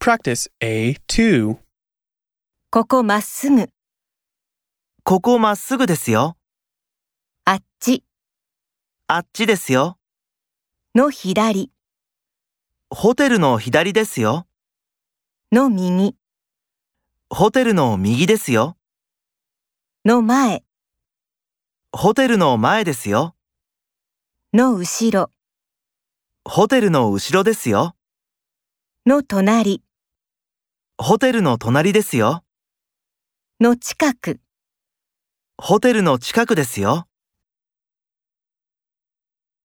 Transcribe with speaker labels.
Speaker 1: Practice A2.
Speaker 2: ここまっすぐ、
Speaker 3: ここまっすぐですよ。
Speaker 2: あっち
Speaker 3: あっちですよ。
Speaker 2: の左
Speaker 3: ホテルの左ですよ。
Speaker 2: の右
Speaker 3: ホテルの右ですよ。
Speaker 2: の前
Speaker 3: ホテルの前ですよ。
Speaker 2: の後ろ
Speaker 3: ホテルの後ろですよ。
Speaker 2: の隣
Speaker 3: ホテルの隣ですよ。
Speaker 2: の近く。
Speaker 3: ホテルの近くですよ。